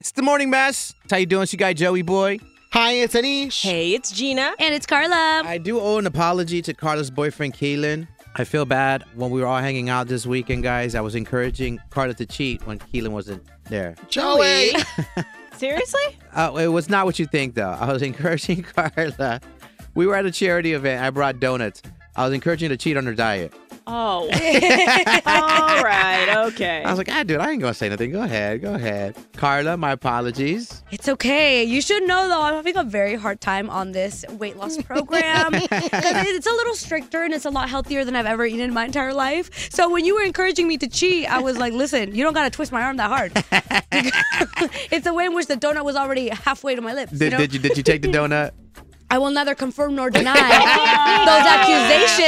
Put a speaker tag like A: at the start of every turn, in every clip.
A: It's the morning mess. How you doing, it's your guy Joey Boy?
B: Hi, it's Anish.
C: Hey, it's Gina.
D: And it's Carla.
A: I do owe an apology to Carla's boyfriend Keelan. I feel bad when we were all hanging out this weekend, guys. I was encouraging Carla to cheat when Keelan wasn't there.
B: Joey.
C: Seriously?
A: Uh, it was not what you think, though. I was encouraging Carla. We were at a charity event. I brought donuts. I was encouraging her to cheat on her diet.
C: Oh. All right. Okay.
A: I was like, ah, dude, I ain't gonna say nothing. Go ahead, go ahead. Carla, my apologies.
D: It's okay. You should know though, I'm having a very hard time on this weight loss program. 'Cause it's a little stricter and it's a lot healthier than I've ever eaten in my entire life. So when you were encouraging me to cheat, I was like, listen, you don't gotta twist my arm that hard. it's the way in which the donut was already halfway to my lips.
A: Did,
D: you know?
A: did you did you take the donut?
D: I will neither confirm nor deny those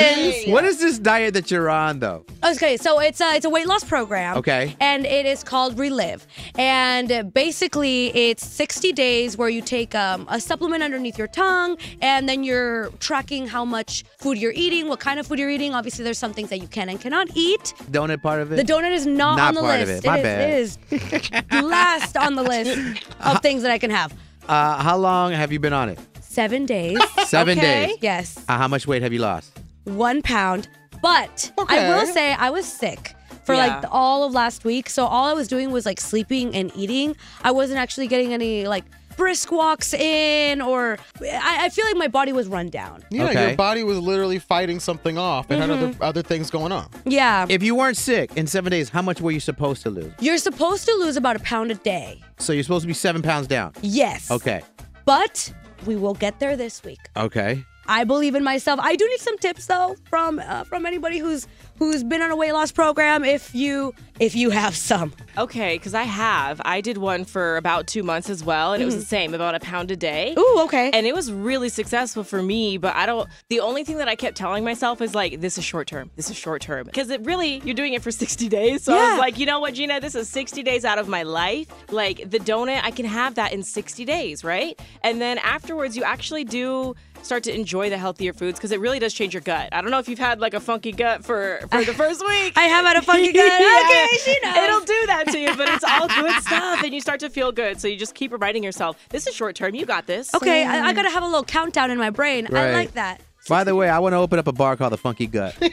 D: accusations.
A: What is this diet that you're on, though?
D: Okay, so it's a it's a weight loss program.
A: Okay.
D: And it is called Relive, and basically it's 60 days where you take um, a supplement underneath your tongue, and then you're tracking how much food you're eating, what kind of food you're eating. Obviously, there's some things that you can and cannot eat.
A: Donut part of it?
D: The donut is not,
A: Not
D: on the
A: part of
D: list.
A: it. My
D: is- it is last on the list of things that I can have.
A: uh, how long have you been on it?
D: Seven days.
A: Seven
C: Okay.
A: days.
D: yes.
A: Uh, how much weight have you lost?
D: one pound. But I will say I was sick for like
C: Yeah.
D: all of last week. So all I was doing was like sleeping and eating. I wasn't actually getting any like brisk walks in or I, I feel like my body was run down.
B: Yeah,
A: Okay. Mm-hmm.
B: your body was literally fighting something off and had other other things going on.
D: Yeah.
A: If you weren't sick in seven days, how much were you supposed to lose?
D: You're supposed to lose about a pound a day.
A: So you're supposed to be seven pounds down.
D: Yes.
A: Okay.
D: But we will get there this week.
A: Okay.
D: I believe in myself. I do need some tips though from uh, from anybody who's who's been on a weight loss program if you if you have some.
C: Okay, because I have. I did one for about two months as well, and it was
A: Mm.
C: the same, about a pound a day.
D: Ooh, okay.
C: And it was really successful for me, but I don't. The only thing that I kept telling myself is like, this is short term. This is short term. Because it really, you're doing it for 60 days. So I
D: Yeah.
C: was like, you know what, Gina, this is 60 days out of my life. Like the donut, I can have that in 60 days, right? And then afterwards, you actually do start to enjoy the healthier foods because it really does change your gut. I don't know if you've had like a funky gut for, for the first week.
D: I have had a funky gut. Okay, she knows.
C: It'll do that to you, but it's all good stuff, and you start to feel good. So you just keep reminding yourself, "This is short term. You got this."
D: Okay, I, I gotta have a little countdown in my brain.
A: Right.
D: I like that.
A: By the way, I want to open up a bar called the Funky Gut. I'm,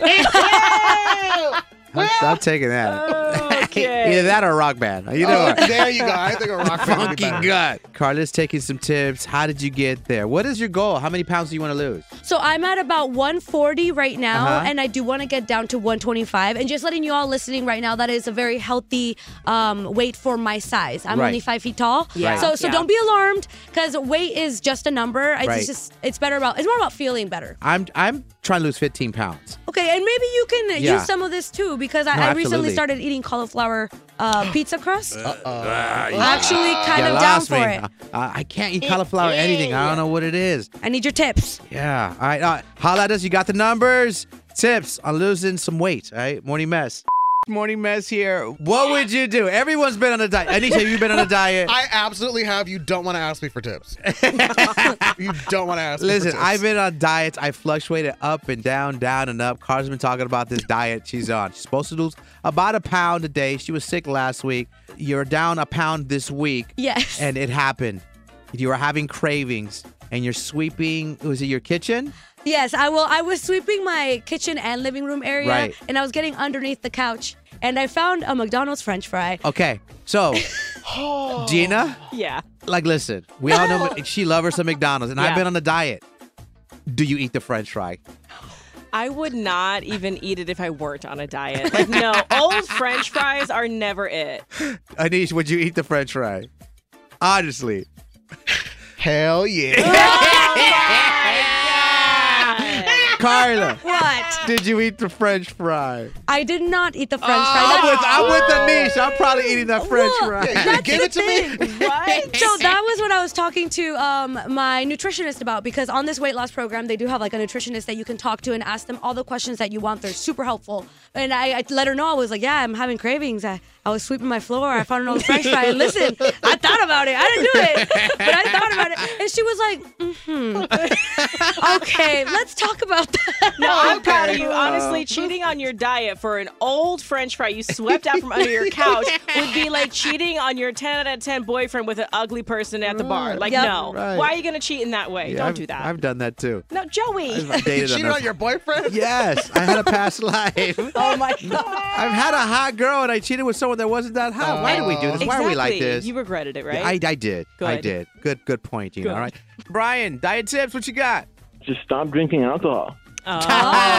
A: I'm taking that. Either
C: Okay.
A: that or rock band. Either
B: Oh,
A: or.
B: there you go. I think a rock band would be
A: Funky
B: better.
A: Gut. Carla's taking some tips. How did you get there? What is your goal? How many pounds do you want to lose?
D: So I'm at about 140 right now,
A: Uh-huh.
D: and I do want to get down to 125. And just letting you all listening right now, that is a very healthy um, weight for my size. I'm
A: Right.
D: only five feet tall,
C: Yeah.
D: so so
C: Yeah.
D: don't be alarmed because weight is just a number. It's
A: Right.
D: just it's better about it's more about feeling better.
A: I'm I'm trying to lose 15 pounds.
D: Okay, and maybe you can
A: Yeah.
D: use some of this too because I,
A: No,
D: I recently
A: absolutely.
D: started eating cauliflower uh, pizza crust. Actually, kind
A: You
D: of down
A: lost
D: for
A: me.
D: it.
A: Uh, I can't eat cauliflower or anything. I don't know what it is.
D: I need your tips.
A: Yeah. All right. Uh, holla at us. You got the numbers, tips on losing some weight. All right. Morning mess. Morning mess here. What would you do? Everyone's been on a diet. Anisha, have you been on a diet?
B: I absolutely have. You don't want to ask me for tips. you don't want to ask. me
A: Listen,
B: for tips.
A: I've been on diets. I fluctuated up and down, down and up. Car's been talking about this diet she's on. She's supposed to lose about a pound a day. She was sick last week. You're down a pound this week.
D: Yes.
A: And it happened. You were having cravings and you're sweeping, was it your kitchen?
D: Yes, I will. I was sweeping my kitchen and living room area,
A: Right.
D: and I was getting underneath the couch, and I found a McDonald's French fry.
A: Okay. So, Gina.
C: Yeah.
A: like listen, we all know she loves her some McDonald's, and I've
C: Yeah.
A: been on a diet. Do you eat the French fry?
C: I would not even eat it if I weren't on a diet. Like, no, old French fries are never it.
A: Anish, would you eat the French fry? Honestly,
B: Hell yeah.
A: Carla,
D: What?
A: did you eat the French fry?
D: I did not eat the French fry.
A: I'm
D: That-
A: with, I'm with Anish. I'm probably eating that French
D: Look,
A: fry.
D: that's
B: Give
D: the
B: it to me.
D: thing.
C: What?
D: So that was what I was talking to um, my nutritionist about because on this weight loss program they do have like a nutritionist that you can talk to and ask them all the questions that you want. They're super helpful. And I, I let her know I was like, yeah, I'm having cravings. I, I was sweeping my floor. I found an old French fry. And listen, I thought about it. I didn't do it, but I thought about it. And she was like, "Mm-hmm." okay, let's talk about that.
C: No, I'm proud of you.
A: Oh.
C: Honestly, cheating on your diet for an old French fry you swept out from under your couch would be like cheating on your 10 out of 10 boyfriend with an ugly person at the bar. Like,
D: Yep.
C: no.
A: Right.
C: Why are you going to cheat in that way?
A: Yeah,
C: Don't
A: I've-
C: do that.
A: I've done that too.
C: no, Joey.
A: I've uh, dated
B: Cheated
A: enough-
B: on your boyfriend?
A: Yes, I had a past life.
C: Oh my God.
A: I've had a hot girl and I cheated with someone that wasn't that hot. Why do we do this?
C: Exactly.
A: Why are we like this?
C: You regretted it, right?
A: I, I did. I
C: Good.
A: did. Good good point, Gina.
C: Good.
A: All right. Brian, diet tips, what you got?
E: Just stop drinking alcohol.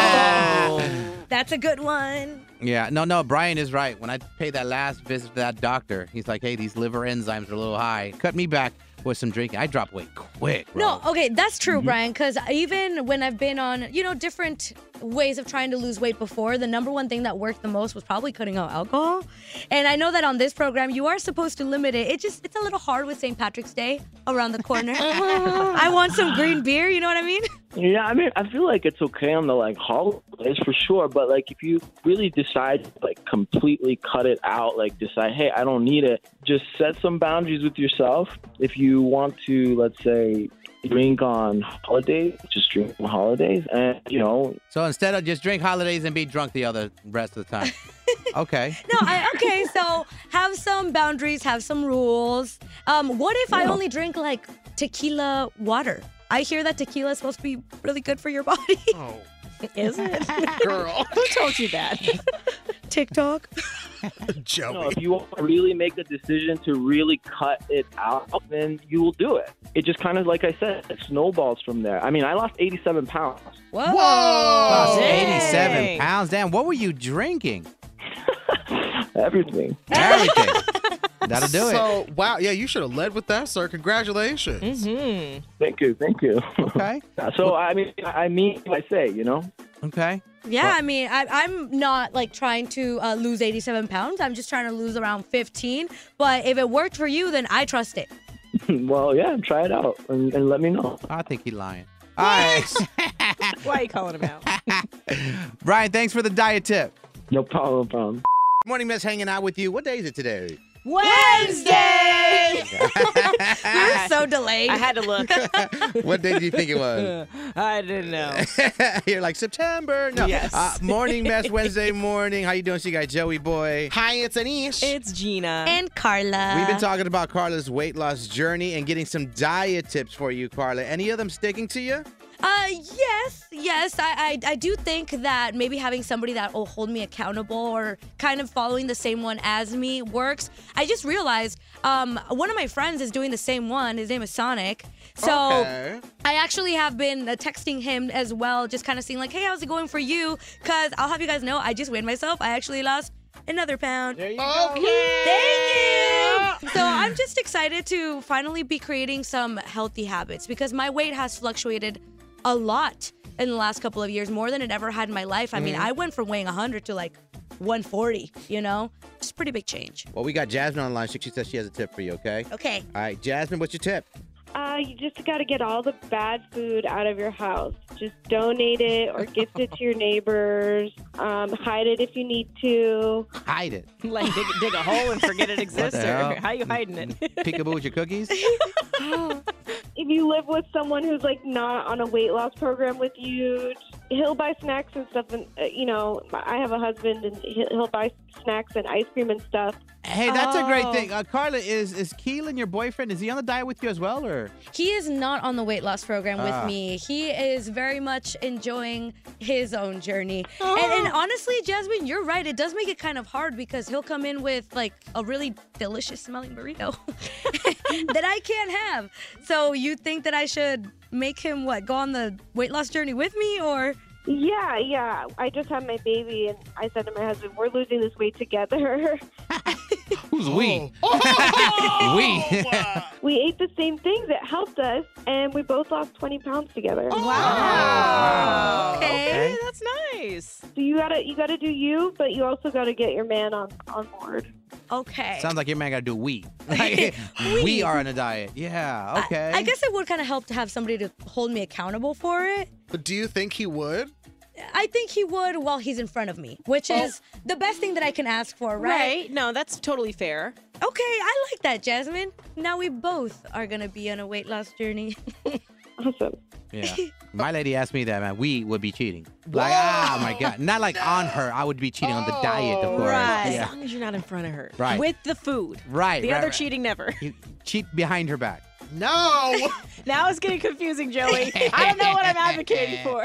C: oh.
D: That's a good one.
A: Yeah, no, no, Brian is right. When I paid that last visit to that doctor, he's like, hey, these liver enzymes are a little high. Cut me back with some drinking. I drop weight quick.
D: No,
A: bro.
C: oh.
D: okay, that's
C: Mm-hmm.
D: true, Brian, because even when I've been on, you know, different ways of trying to lose weight before, the number one thing that worked the most was probably cutting out alcohol. And I know that on this program, you are supposed to limit it. It just, it's a little hard with St. Patrick's Day around the corner. I want some green beer, you know what I mean?
E: Yeah, I mean, I feel like it's okay on the like holidays for sure, but like if you really decide to, like completely cut it out, like decide, hey, I don't need it. Just set some boundaries with yourself. If you want to, let's say, drink on holidays, just drink on holidays, and you know,
A: So instead of just drink holidays and be drunk the other rest of the time. okay.
D: No, I, okay, so have some boundaries, have some rules. Um, what if I only drink like tequila water? I hear that tequila is supposed to be really good for your body.
B: Oh,
C: Is it?
B: girl.
C: Who told you that?
D: TikTok.
E: No,
B: Joey.
E: if you want to really make a decision to really cut it out, then you will do it. It just kind of, like I said, it snowballs from there. I mean, I lost 87 pounds.
D: Whoa.
B: Whoa.
A: Lost
C: Oh, Dang.
A: 87 pounds. Damn, what were you drinking?
E: Everything.
A: Everything. That'll do it.
B: So, wow. Yeah, you should have led with that, sir. Congratulations.
A: Mm-hmm.
C: hmm
E: Thank you. Thank you.
A: Okay.
E: so, I mean, I mean what I say, you know?
A: Okay.
D: Yeah, I mean, I, I'm not like trying to uh, lose 87 pounds. I'm just trying to lose around 15. But if it worked for you, then I trust it.
E: well, yeah, try it out and, and let me know.
A: I think he lying. All right.
C: Why are you calling him out?
A: Brian, thanks for the diet tip.
E: No problem, no problem.
A: Morning Miss hanging out with you. What day is it today?
C: Wednesday!
D: You're so delayed.
C: I had to look.
A: what day do you think it was?
C: I didn't know.
A: You're like September. No.
C: Yes.
A: Uh, morning mess Wednesday morning. How you doing? So you got Joey boy.
B: Hi, it's Anish.
C: It's Gina.
D: and Carla.
A: We've been talking about Carla's weight loss journey and getting some diet tips for you, Carla. Any of them sticking to you?
D: Uh, yes, yes. I, I, I do think that maybe having somebody that will hold me accountable or kind of following the same one as me works. I just realized um, one of my friends is doing the same one. His name is Sonic. So
B: Okay.
D: I actually have been uh, texting him as well, just kind of seeing like, hey, how's it going for you? Because I'll have you guys know, I just weighed myself. I actually lost another pound.
B: Okay.
D: Thank you. So I'm just excited to finally be creating some healthy habits because my weight has fluctuated a lot in the last couple of years, more than it ever had in my life. I mean, I went from weighing 100 to like 140, you know? It's a pretty big change.
A: Well, we got Jasmine online. She, she says she has a tip for you, okay?
D: Okay.
A: All right, Jasmine, what's your tip?
F: Uh, you just got to get all the bad food out of your house. Just donate it or gift it to your neighbors. Um, hide it if you need to.
A: Hide it.
C: like dig, dig a hole and forget it
A: What
C: exists
A: the
C: or
A: hell?
C: how you hiding it
A: Peekaboo with your cookies?
F: If you live with someone who's like not on a weight loss program with you, just- he'll buy snacks and stuff. And uh, you know, I have a husband, and he'll he'll buy snacks and ice cream and stuff.
A: Hey, that's a great
F: Oh.
A: thing. Uh, Carla, is is Keelan your boyfriend? Is he on the diet with you as well, or
D: He is not on the weight loss program
A: Ah.
D: with me. He is very much enjoying his own journey.
A: Ah.
D: And, and honestly, Jasmine, you're right. It does make it kind of hard because he'll come in with like a really delicious smelling burrito that I can't have. So you think that I should make him what go on the weight loss journey with me or
F: Yeah, yeah. I just had my baby, and I said to my husband, "We're losing this weight together."
A: who's
C: Oh.
A: we? we.
B: Oh.
F: we ate the same things; it helped us, and we both lost 20 pounds together.
A: Oh, Wow.
D: Okay.
C: Hey, that's nice
F: So you gotta you gotta do you, but you also gotta get your man on on board.
D: okay.
A: Sounds like your man got to do we. Like, we.
D: We.
A: are on a diet. Yeah. Okay.
D: I guess it would kind of help to have somebody to hold me accountable for it.
B: But do you think he would?
D: I think he would while he's in front of me, which
A: Oh.
D: is the best thing that I can ask for, right?
C: no that's totally fair
D: Okay, I like that, Jasmine. Now we both are gonna be on a weight loss journey.
F: Awesome.
A: Yeah. My lady asked me that, man. We would be cheating. Like, ah, my God. Not like on her. I would be cheating on the diet, of course.
C: Oh, Right. As
A: Yeah.
C: long as you're not in front of her.
A: Right.
C: With the food.
A: Right.
C: The
A: right,
C: other
A: right.
C: cheating never.
A: You cheat behind her back.
B: No.
C: Now it's getting confusing, Joey. I don't know what I'm advocating for.